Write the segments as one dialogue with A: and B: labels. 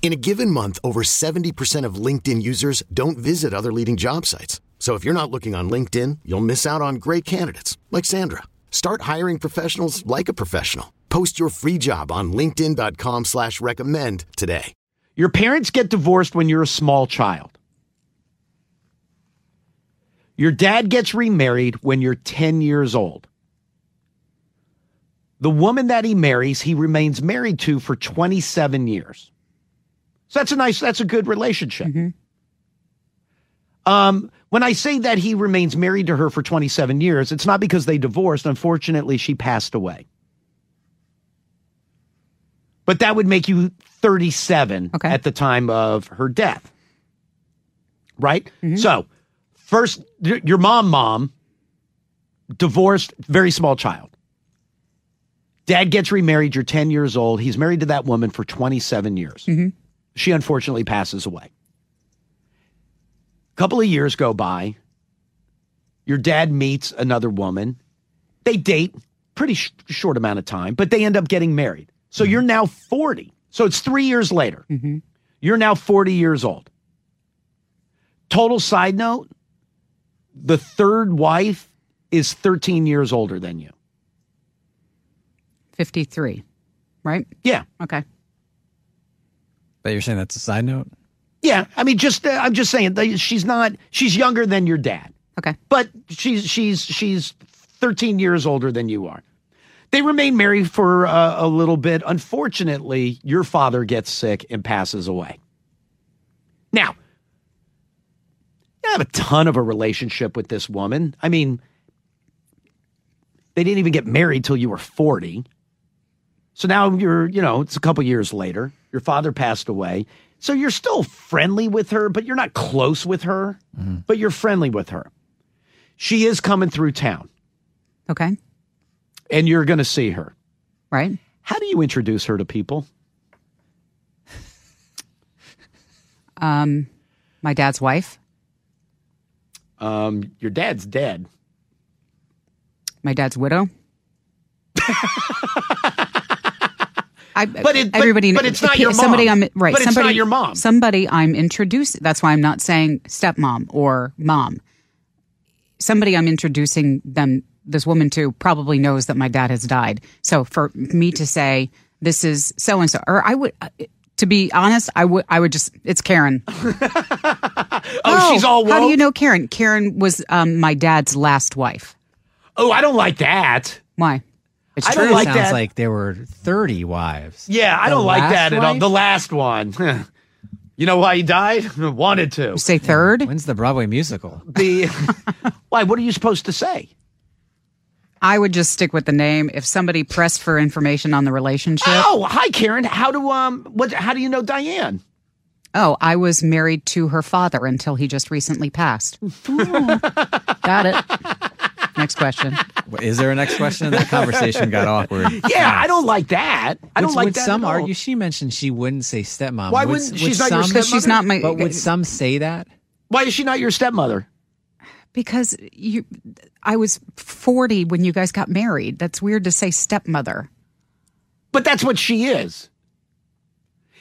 A: In a given month, over 70% of LinkedIn users don't visit other leading job sites. So if you're not looking on LinkedIn, you'll miss out on great candidates like Sandra. Start hiring professionals like a professional. Post your free job on linkedin.com slash recommend today.
B: Your parents get divorced when you're a small child. Your dad gets remarried when you're 10 years old. The woman that he marries, he remains married to for 27 years. So that's a nice, that's a good relationship. Um, when I say that he remains married to her for 27 years, it's not because they divorced. Unfortunately, she passed away. But that would make you 37
C: Okay.
B: at the time of her death. Right? So, first, y- your mom, mom, divorced, very small child. Dad gets remarried. You're 10 years old. He's married to that woman for 27 years. She unfortunately passes away. couple of years go by. Your dad meets another woman. They date pretty sh- short amount of time, but they end up getting married. So you're now 40. So it's three years later. You're now 40 years old. Total side note the third wife is 13 years older than you.
C: 53, right?
B: Yeah.
C: Okay.
D: But you're saying that's a side note?
B: Yeah. I mean, just, uh, I'm just saying, they- she's not, she's younger than your dad.
C: Okay.
B: but she's she's she's 13 years older than you are. They remain married for uh, a little bit. Unfortunately, your father gets sick and passes away. Now, I have a ton of a relationship with this woman. I mean, they didn't even get married till you were 40. So now you're, you know, it's a couple years later. Your father passed away. So you're still friendly with her, but you're not close with her, but you're friendly with her. She is coming through town
C: Okay.
B: and you're going to see her.
C: Right.
B: How do you introduce her to people?
C: Um, my dad's wife,
B: Um, your dad's dead.
C: my dad's widow. I,
B: But it- but-
C: everybody,
B: but it's not your
C: somebody
B: mom.
C: I'm right.
B: But it's not
C: somebody,
B: your mom.
C: Somebody I'm introducing. That's why I'm not saying stepmom or mom. Somebody I'm introducing them, this woman to, probably knows that my dad has died. So for me to say this is so and so, or I would, uh, to be honest, I would, I would just, it's Karen.
B: Oh, she's all woke.
C: How do you know Karen? Karen was um, my dad's last wife.
B: Oh, I don't like that.
C: Why? It's
B: I
C: true.
B: don't like
D: sounds
B: that.
D: like there were 30 wives.
B: yeah, I
D: The
B: don't like
D: last
B: that at all.
D: wife?
B: The last one. you know why he died? Wanted to.
C: You say third.
D: When's the Broadway musical?
B: The why? What are you supposed to say?
C: I would just stick with the name. If somebody pressed for information on the relationship,
B: Oh, hi, Karen. How do um? What? How do you know Diane?
C: oh, I was married to her father until he just recently passed. Got it. Next question.
D: Wh- Is there a next question? That conversation got awkward.
B: Yeah, I don't like that. I don't
D: Would-
B: like
D: would
B: that.
D: some
B: at all.
D: argue? She mentioned she wouldn't say stepmom.
B: Why
D: Would-
B: wouldn't-
D: would
B: she's not your
D: some-
C: Because she's not my-
D: But would some say that?
B: Why is she not your stepmother?
C: Because you, I was forty when you guys got married. That's weird to say stepmother.
B: But that's what she is.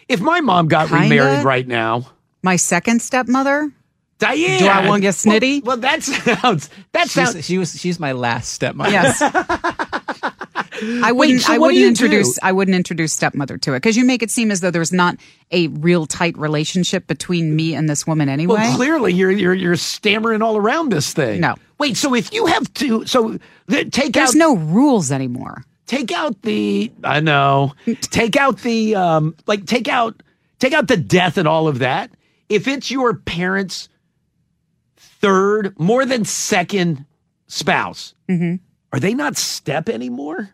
B: If my mom got
C: Kinda.
B: remarried right now,
C: My second stepmother.
B: Diane,
C: Do I wanna get
B: Well-
C: snitty?
B: Well, that sounds that
D: She's-
B: sounds.
D: she was. She's my last stepmom.
C: Yes. I wouldn't.
B: so
C: I
B: what do
C: wouldn't
B: you
C: introduce.
B: do?
C: I wouldn't introduce stepmother to it because you make it seem as though there's not a real tight relationship between me and this woman anyway.
B: Well, clearly you're you're you're stammering all around this thing.
C: No.
B: wait. So if you have to, so th- take
C: there's
B: out
C: no rules anymore.
B: take out the I know. take out the um like take out take out the death and all of that. If it's your parents' third, more than second spouse,
C: Mm-hmm.
B: are they not step anymore?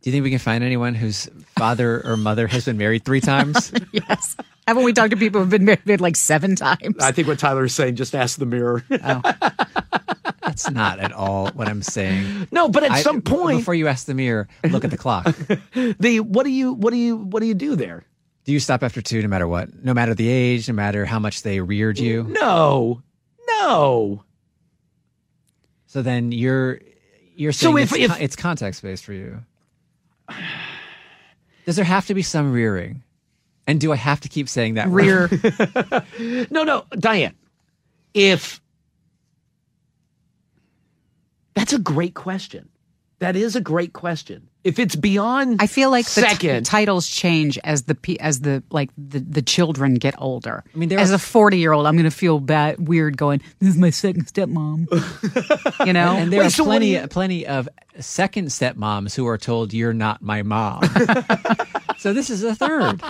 D: Do you think we can find anyone whose father or mother has been married three times?
C: yes. Haven't we talked to people who've been married like seven times?
B: I think what Tyler is saying, just ask the mirror.
D: That's not at all what I'm saying.
B: no, but at
D: I-
B: some point
D: before you ask the mirror, look at the clock.
B: the what do you what do you what do you do there?
D: Do you stop after two, no matter what, no matter the age, no matter how much they reared you?
B: No. No.
D: So then you're you're
B: So
D: saying so
B: if-
D: if, it's,
B: if-
D: it's context based for you. Does there have to be some rearing? And do I have to keep saying that? word?
C: Rear.
B: No, no, Diane. If that's a great question. That is a great question. If it's beyond
C: I feel like the t-
B: second
C: titles change as the pe- as the like the, the children get older. I
D: mean, there
C: as
D: are-
C: a forty year old, I'm going to feel bad, weird, going, "This is my second stepmom," you know.
D: And there
B: Wait,
D: are
B: so what do
D: plenty,
B: you-
D: plenty of second stepmoms who are told you're not my mom. so this is a third.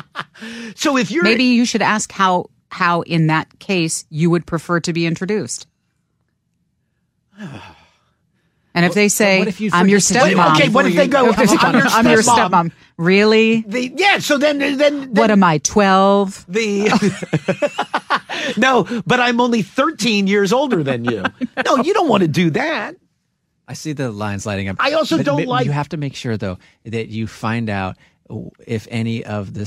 B: So if you're
C: Maybe you should ask how how in that case you would prefer to be introduced. And if they say,
D: what if you
C: "I'm your
D: forget
B: to-
C: stepmom,"
B: Wait, okay, what if they go,
C: If they say,
B: "I'm your
C: I'm your
B: stepmom."
C: stepmom. Really?
B: the yeah, so then then, then
C: What am I? Twelve?
B: the No, but I'm only 13 years older than you. No, you don't want to do that.
D: I see the lines lighting up.
B: I also don't like-
D: You have to make sure though that you find out if any of the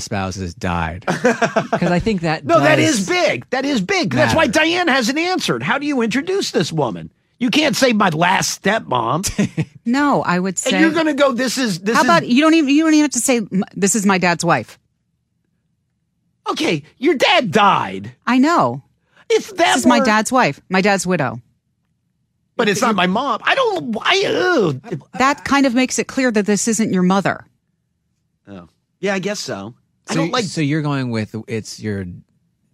D: spouses died, because I think that
B: No, that
D: does-
B: is big. That is big. That's why
D: matter.
B: Diane hasn't answered. How do you introduce this woman? You can't say my last stepmom.
C: No, I would say.
B: and you're going to go this is this
C: How
B: is
C: about you don't even you don't even have to say "M- this is my dad's wife.
B: Okay, your dad died.
C: I know.
B: If that
C: This is my
B: were-
C: dad's wife, my dad's widow.
B: but it's not my mom. I don't. I ugh.
D: Uh.
C: That kind of makes it clear that this isn't your mother.
B: Oh. yeah, I guess so. I
D: So,
B: don't like
D: so you're going with it's your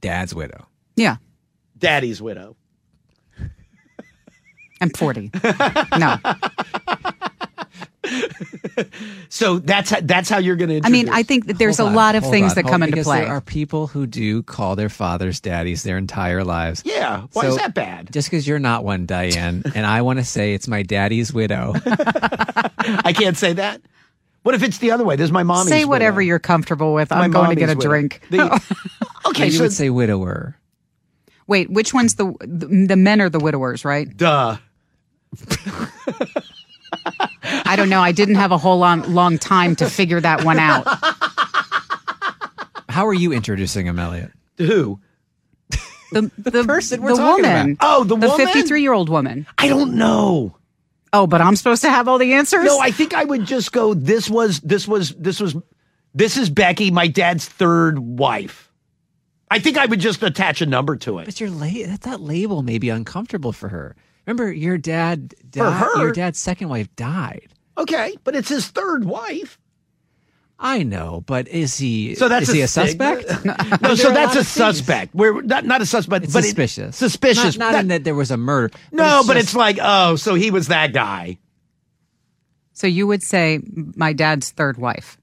D: dad's widow.
C: Yeah.
B: daddy's widow.
C: I'm 40. no.
B: So that's how, that's how you're going to.
C: I mean, I think that there's
D: Hold
C: a
D: on,
C: lot of
D: hold
C: things
D: on,
C: that
D: hold-
C: come into
D: because
C: play.
D: There are people who do call their fathers daddies their entire lives.
B: Yeah, why is
D: So-
B: that bad?
D: Just because you're not one, Diane, and I want to say it's my daddy's widow.
B: I can't say that. What if it's the other way? This is my mommy's.
C: say whatever
B: widow.
C: you're comfortable with.
B: My
C: I'm going to get a
B: mommy's widow.
C: drink.
B: The- okay,
D: you
B: so
D: would say widower.
C: Wait, which one's the the the men are the widowers, right?
B: duh.
C: I don't know. I didn't have a whole long long time to figure that one out.
D: How are you introducing him, Elliot?
B: Who?
C: The the,
D: person we're
C: the
D: talking
C: woman.
D: about.
B: Oh, the
C: the
B: woman?
C: 53 year old woman.
B: I don't know.
C: Oh, but I'm supposed to have all the answers.
B: No, I think I would just go. This was this was this was this is Becky, my dad's third wife. I think I would just attach a number to it.
D: But your la- that, that label may be uncomfortable for her. Remember, your dad, di-
B: For her?
D: your dad's second wife died.
B: Okay, but it's his third wife.
D: I know, but is he?
B: So that's
D: is he a
B: stigma?
D: suspect?
B: no,
D: There
B: so that's
D: are lot
B: a,
D: of things.
B: suspect. We're not not a suspect,
D: It's
B: but it-
D: suspicious.
B: suspicious.
D: Not, not in
B: That-
D: that there was a murder.
B: no, but
D: just-
B: it's like oh, so he was that guy.
C: So you would say my dad's third wife.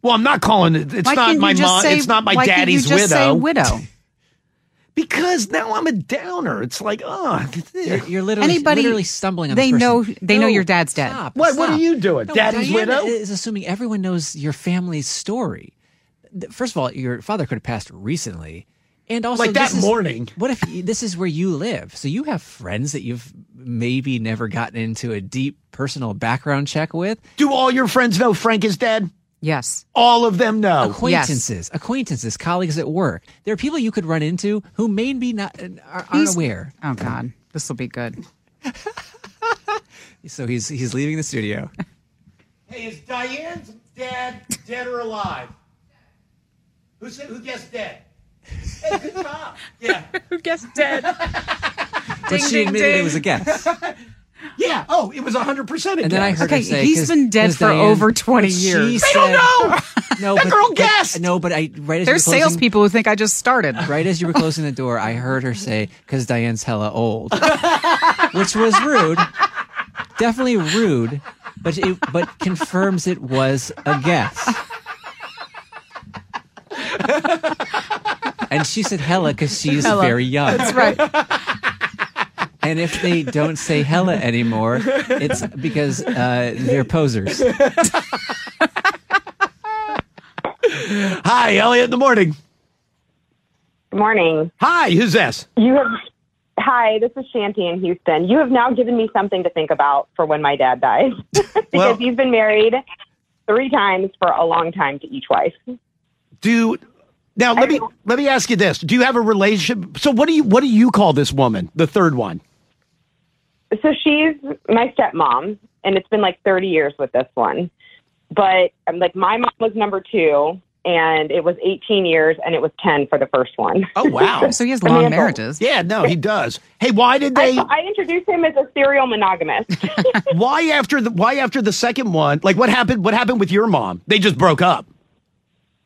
B: Well, I'm not calling it. It's
C: Why
B: not
C: can't
B: my
C: you just
B: mom.
C: say-
B: it's not my
C: why can't you
B: daddy's
C: just say
B: widow.
C: widow.
B: because now I'm a downer. It's like oh,
D: You're, you're literally
C: Anybody-
D: literally stumbling on
C: they
D: this person.
C: know- they know your dad's dead.
D: Stop,
B: What- what
D: stop.
B: are you doing? Daddy's
D: Diana
B: widow?
D: is assuming everyone knows your family's story. Th- First of all, your father could have passed recently, and also
B: Like that
D: this is-
B: morning.
D: What if you- this is where you live? So you have friends that you've maybe never gotten into a deep personal background check with.
B: do all your friends know Frank is dead?
C: Yes.
B: All of them know.
D: Acquaintances, acquaintances, colleagues at work. There are people you could run into who may be not are, aren't
C: He's-
D: aware.
C: Oh God, this will be good.
D: So he's he's leaving the studio.
E: Hey, is Diane's dad dead or alive? Who said who guessed dead? Hey, good job. Yeah.
C: Who guessed dead?
D: but she
C: ding,
D: admitted it
C: ding.
D: was a guess.
B: Yeah. Oh, it was 100% a
D: And then I
B: guess.
D: heard
C: Okay,
D: her say,
C: he's
D: "'Cause-
C: been dead
D: 'cause
C: for
D: Diane-
C: over 20
D: but she
C: years."
D: Said,
B: I don't know.
D: No,
B: That
D: but,
B: girl
D: but-
B: guessed.
D: No, but I right as you were
C: There's
D: closing-
C: salespeople who think I just started.
D: Right as you were closing the door, I heard her say, "Because Diane's hella old," which was rude, definitely rude. but it but confirms it was a guess. and she said Hella because she's
C: Hella.
D: very young.
C: That's right.
D: And if they don't say Hella anymore, it's because uh, they're posers.
B: Hi, Elliot in the morning.
F: Good morning.
B: Hi, who's this?
F: You have Hi, this is Shanti in Houston. You have now given me something to think about for when my dad dies. because
B: Well-
F: he's been married three times for a long time to each wife.
B: Do now let me let me ask you this. Do you have a relationship? So what do you what do you call this woman? The third one.
F: So she's my stepmom and it's been like 30 years with this one. But um, like my mom was number 2 and it was 18 years and it was 10 for the first one.
B: Oh wow.
C: So he has
F: Amanda.
C: long marriages.
B: yeah, no, he does. Hey, why did they
F: I, I introduced him as a serial monogamist.
B: why after the why after the second one? Like what happened what happened with your mom? They just broke up.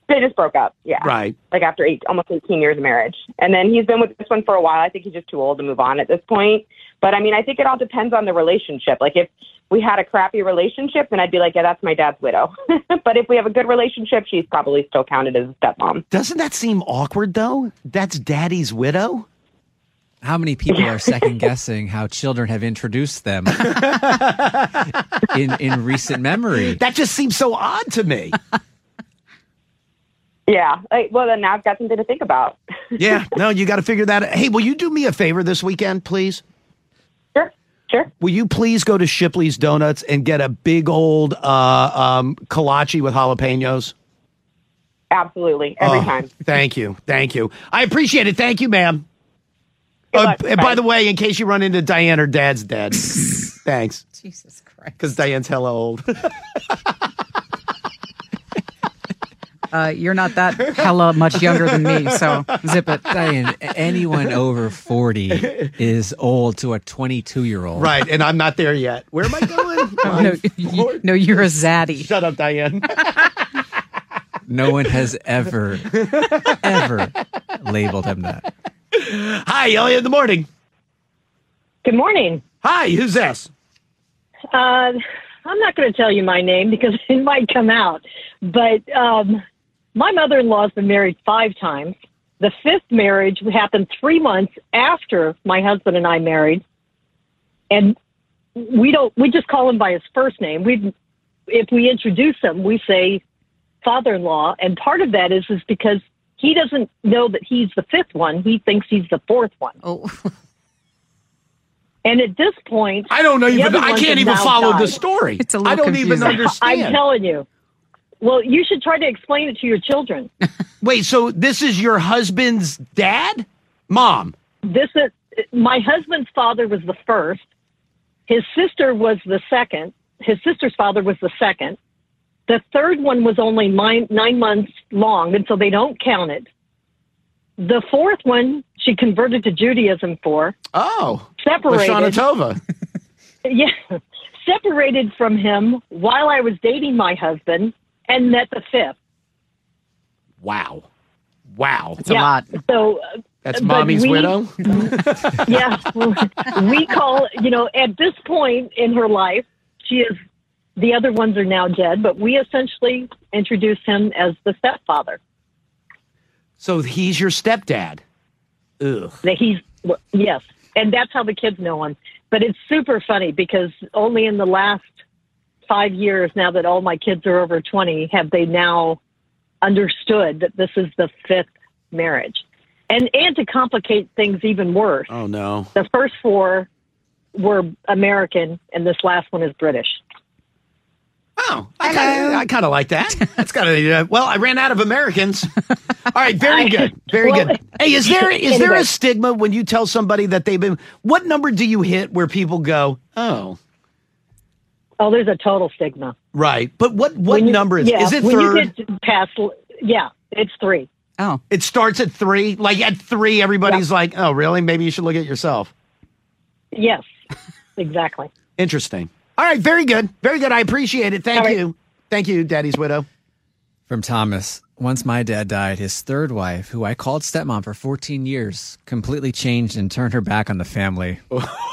F: they just broke up. Yeah.
B: Right.
F: like after eight, almost 18 years of marriage. And then he's been with this one for a while. I think he's just too old to move on at this point. But I mean, I think it all depends on the relationship. Like if we had a crappy relationship, then I'd be like, yeah, that's my dad's widow. but if we have a good relationship, she's probably still counted as a stepmom.
B: Doesn't that seem awkward though? That's daddy's widow?
D: How many people are second guessing how children have introduced them in in recent memory?
B: That just seems so odd to me.
F: Yeah. Like, well, then now I've got something to think about.
B: yeah, no, you got to figure that out. Hey, will you do me a favor this weekend, please?
F: sure. Sure.
B: Will you please go to Shipley's Donuts and get a big old uh, um, kolache with jalapenos?
F: Absolutely. Every
B: Oh,
F: time.
B: Thank you. Thank you. I appreciate it. Thank you, ma'am.
F: Good
B: Uh,
F: luck.
B: and
F: Bye.
B: by the way, in case you run into Diane, her dad's dead. Thanks.
C: Jesus Christ.
B: Because Diane's hella old.
C: Uh, you're not that hella much younger than me, so zip it.
D: Diane, anyone over forty is old to a twenty-two year old.
B: right. And I'm not there yet. Where am I going?
F: Oh,
B: My
C: No, you,
B: Lord.
C: no, you're a zaddy.
B: Shut up, Diane.
D: No one has ever, ever labeled him that.
B: Hi, Elliot in the morning.
G: Good morning.
B: Hi, who's this?
G: Uh, I'm not going to tell you my name because it might come out. But um, my mother in law has been married five times. The fifth marriage happened three months after my husband and I married, and we don't. We just call him by his first name. We, if we introduce him, we say father-in-law, and part of that is is because he doesn't know that he's the fifth one. He thinks he's the fourth one,
C: Oh,
G: and at this point,
B: I don't know
G: the
B: even.
G: other
B: I
G: ones
B: can't
G: have
B: even
G: now
B: follow the
G: died.
B: story.
C: It's a
B: I
C: little
B: don't even
C: confusing.
G: I'm
B: understand.
G: telling you. Well, you should try to explain it to your children.
B: Wait, so this is your husband's dad? Mom.
G: this is my husband's father was the first. His sister was the second. His sister's father was the second. The third one was only nine, nine months long, and so they don't count it. The fourth one she converted to Judaism for
B: Oh.
G: separated.
B: Lashana Tova.
G: yeah, separated from him while I was dating my husband, and met the fifth.
B: Wow. Wow.
C: it's a lot.
G: So uh,
B: That's
G: But
B: mommy's
G: we-
B: widow.
G: yeah. we call, you know, at this point in her life, she is, the other ones are now dead, but we essentially introduce him as the stepfather.
B: So he's your stepdad. Ugh.
G: That he's, well, yes. And that's how the kids know him. But it's super funny because only in the last five years, now that all my kids are over 20, have they now understood that this is the fifth marriage. And, and to complicate things even worse,
B: Oh no.
G: the first four were American, and this last one is British.
B: Oh, I kinda, I kind of like that. That's kind of uh, well. I ran out of Americans. All right, very good, very
G: Well-
B: good. Hey, is there is there
G: Anyway.
B: a stigma when you tell somebody that they've been? What number do you hit where people go? Oh,
G: Oh, there's a total stigma.
B: right. But what what
G: When you-
B: number is?
G: yeah,
B: Is it
G: when you
B: third?
G: get past? Yeah, it's three.
C: Oh,
B: it starts at three. Like at three, everybody's like, "Oh, really? Maybe you should look at yourself."
G: Yes, exactly.
B: Interesting. All right, very good, very good. I appreciate it. Thank
G: All right.
B: you, thank you, Daddy's widow.
D: From Thomas. Once my dad died, his third wife, who I called stepmom for 14 years, completely changed and turned her back on the family.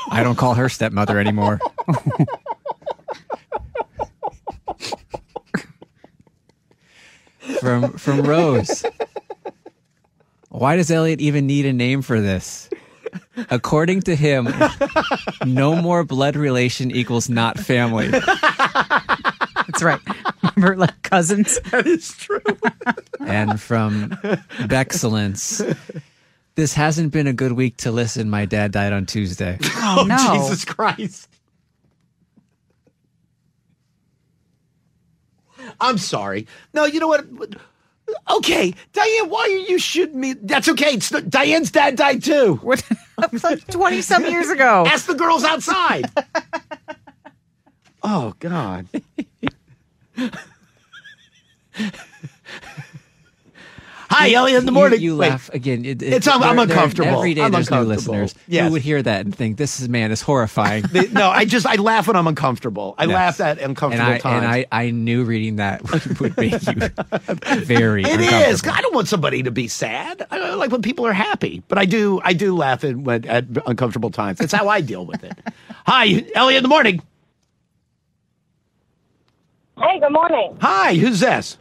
D: I don't call her stepmother anymore. from from Rose. Why does Elliot even need a name for this? According to him, no more blood relation equals not family.
C: That's right. Remember, like cousins.
B: That is true.
D: And from Bexcellence, this hasn't been a good week to listen. My dad died on Tuesday.
C: Oh, no.
B: Jesus Christ. I'm sorry. No, you know what? Okay, Diane, why are you shooting me? That's okay. It's not, Diane's dad died too.
C: What? like twenty some years ago.
B: Ask the girls outside. oh God. Hi, Ellie, Oh, in the morning.
D: You, you
B: Wait.
D: laugh again. It-
B: It's- I'm- I'm
D: there- there-
B: uncomfortable.
D: Every day
B: I'm
D: there's new
B: uncomfortable.
D: listeners
B: Yes.
D: who would hear that and think, "This is man is horrifying."
B: The- no, I just I laugh when I'm uncomfortable. I
D: Yes.
B: laugh at
D: and
B: uncomfortable
D: I
B: times.
D: and I, I knew reading that would, would make you very.
B: It is.
D: uncomfortable.
B: I don't want somebody to be sad. I I like when people are happy, but I do. I do laugh at, when, at uncomfortable times. That's how I deal with it. Hi, Ellie in the morning.
F: Hey, good morning.
B: Hi, who's this?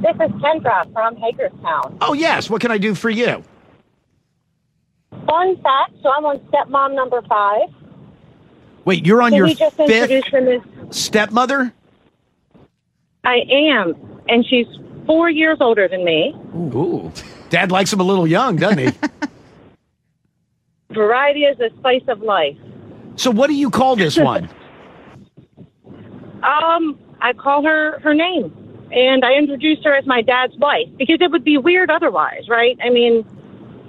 F: This is Kendra from Hagerstown.
B: Oh yes, what can I do for you?
F: Fun fact, so I'm on stepmom number five.
B: Wait, you're on
F: Did
B: your
F: we just
B: fifth
F: introduce them as
B: stepmother.
F: I am, and she's four years older than me.
B: Ooh, Dad likes him a little young, doesn't he?
F: Variety is the spice of life.
B: so what do you call this one?
F: Um, I call her her name, and I introduce her as my dad's wife because it would be weird otherwise, right? I mean,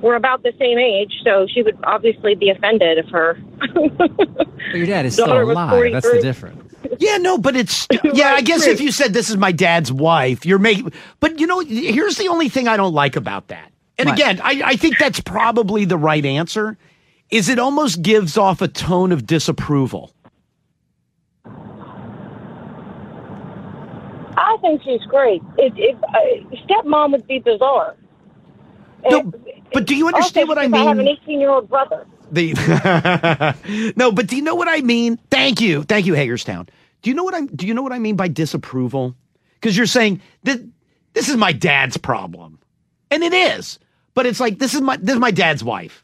F: we're about the same age, so she would obviously be offended if her.
D: But your dad is still
F: Daughter was
D: alive. That's the
F: 43.
D: difference.
B: Yeah, no, but it's yeah. I guess if you said this is my dad's wife, you're making. But you know, here's the only thing I don't like about that. And
C: What?
B: again, I, I think that's probably the right answer. Is it almost gives off a tone of disapproval?
F: I think she's great. It, it, uh, stepmom would be bizarre.
B: No, but do you understand what I
F: I have an
B: mean?
F: 18 year old brother.
B: The no, but do you know what I mean? Thank you, thank you, Hagerstown. Do you know what I'm? Do you know what I mean by disapproval? Because you're saying that this is my dad's problem, and it is. But it's like this is my this is my dad's wife,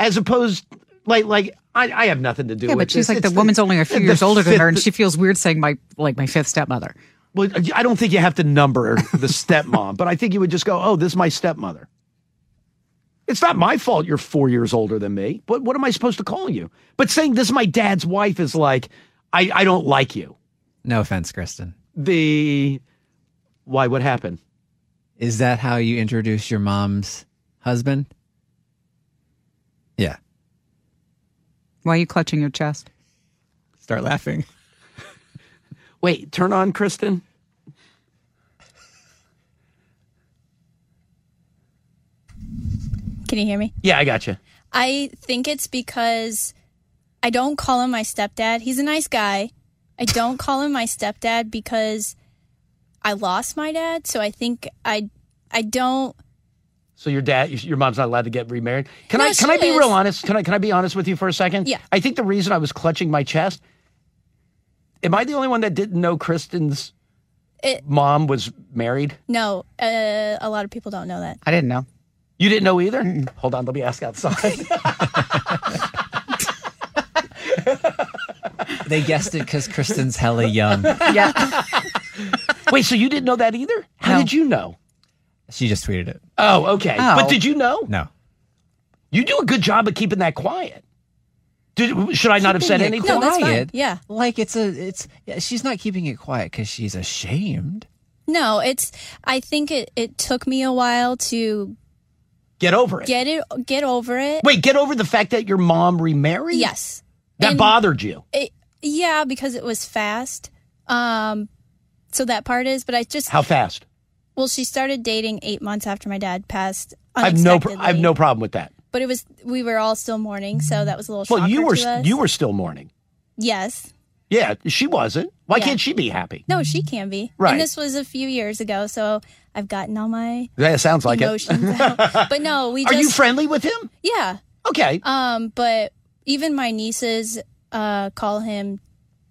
B: as opposed like like I, I have nothing to do.
C: Yeah,
B: with
C: but she's
B: this.
C: like the,
B: It's
C: woman's only a few
B: the
C: years older than
B: fifth-
C: her, and she feels weird saying my like my fifth stepmother.
B: Well, I don't think you have to number the stepmom, but I think you would just go, "Oh, this is my stepmother." It's not my fault you're four years older than me. But what am I supposed to call you? But saying this is my dad's wife is like, I, I don't like you.
D: No offense, Kristen.
B: The why? What happened?
D: Is that how you introduce your mom's husband? Yeah.
C: Why are you clutching your chest?
D: Start laughing.
B: Wait, turn on Kristen.
G: Can you hear me?
B: Yeah, I got you.
G: I think it's because I don't call him my stepdad. He's a nice guy. I don't call him my stepdad because I lost my dad, so I think I I don't
B: So your dad, your mom's not allowed to get remarried. Can
G: No,
B: I? Can I
G: she
B: be
G: is.
B: real honest? Can I? Can I be honest with you for a second?
G: Yeah.
B: I think the reason I was clutching my chest. Am I the only one that didn't know Kristen's
G: It-
B: mom was married?
G: no, uh, a lot of people don't know that.
C: I didn't know.
B: You didn't know either. Hold on, let me ask outside.
D: They guessed it because Kristen's hella young.
C: Yeah,
B: Wait, so you didn't know that either? How
C: No.
B: did you know?
D: She just tweeted it.
B: Oh, okay.
C: Oh.
B: But did you know?
D: No.
B: You do a good job of keeping that quiet. Did, should I not have said
D: Keeping it
B: anything?
G: No, that's fine.
D: quiet.
G: Yeah.
D: Like it's a it's yeah, she's not keeping it quiet because she's ashamed.
G: No, it's I think it, it took me a while to
B: Get over it.
G: get it get over it.
B: Wait, get over the fact that your mom remarried.
G: Yes.
B: that
G: And-
B: bothered you.
G: It, yeah, because it was fast. Um so that part is, but I just
B: How fast?
G: Well, she started dating eight months after my dad passed.
B: I have no. Pr-
G: unexpectedly.
B: I have no problem with that.
G: But it was we were all still mourning, so that was a little.
B: Well,
G: shocker
B: you were
G: to us.
B: you were still mourning.
G: Yes.
B: Yeah, she wasn't. Why
G: Yeah.
B: can't she be happy?
G: No, she can be.
B: Right.
G: And this was a few years ago, so I've gotten all my
B: That sounds like
G: emotions out. But no, we
B: it. Are
G: just
B: you friendly with him?
G: yeah.
B: Okay.
G: Um, but even my nieces uh call him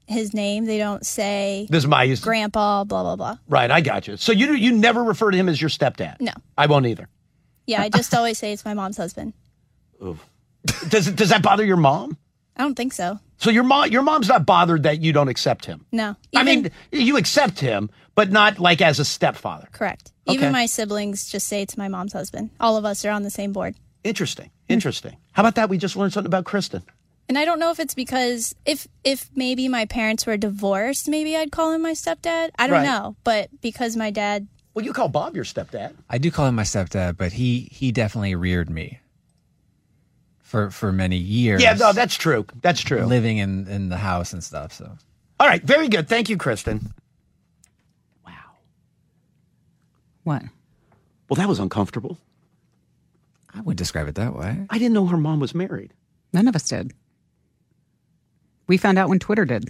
G: his name. They don't say
B: This is my used-
G: grandpa, blah blah blah.
B: Right, I got you. So you you never refer to him as your stepdad.
G: No.
B: I won't either.
G: Yeah, I just always say it's my mom's husband.
B: Does does that bother your mom?
G: I don't think so.
B: So your mom your mom's not bothered that you don't accept him.
G: No.
B: I mean, you accept him, but not like as a stepfather.
G: Correct.
B: Okay.
G: Even my siblings just say it's my mom's husband. All of us are on the same board.
B: Interesting.
G: Hmm.
B: Interesting. How about that? We just learned something about Kristen.
G: And I don't know if it's because if if maybe my parents were divorced, maybe I'd call him my stepdad. I don't
D: Right.
G: know, but because my dad
B: Well, you call Bob your stepdad.
D: I do call him my stepdad, but he he definitely reared me for for many years.
B: Yeah, no, that's true. That's true.
D: Living in in the house and stuff. So
B: All right, very good. Thank you, Kristen.
H: What?
B: Well, that was uncomfortable.
D: I wouldn't describe it that way.
B: I didn't know her mom was married.
H: None of us did. We found out when Twitter did.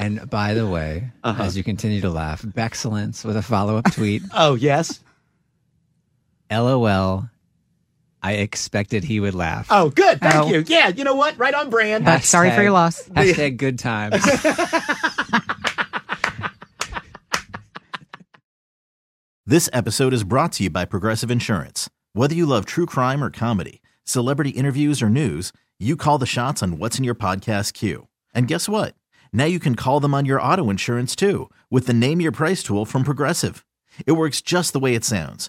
D: And by the way,
B: Uh-huh.
D: as you continue to laugh, Bexcellence with a follow up tweet.
B: oh, yes.
D: LOL. I expected he would laugh.
B: Oh, good. Thank
D: Oh.
B: you. Yeah, you know what? Right on brand.
D: Hashtag- Hashtag good times.
I: This episode is brought to you by Progressive Insurance. Whether you love true crime or comedy, celebrity interviews or news, you call the shots on what's in your podcast queue. And guess what? Now you can call them on your auto insurance too with the Name Your Price tool from Progressive. It works just the way it sounds.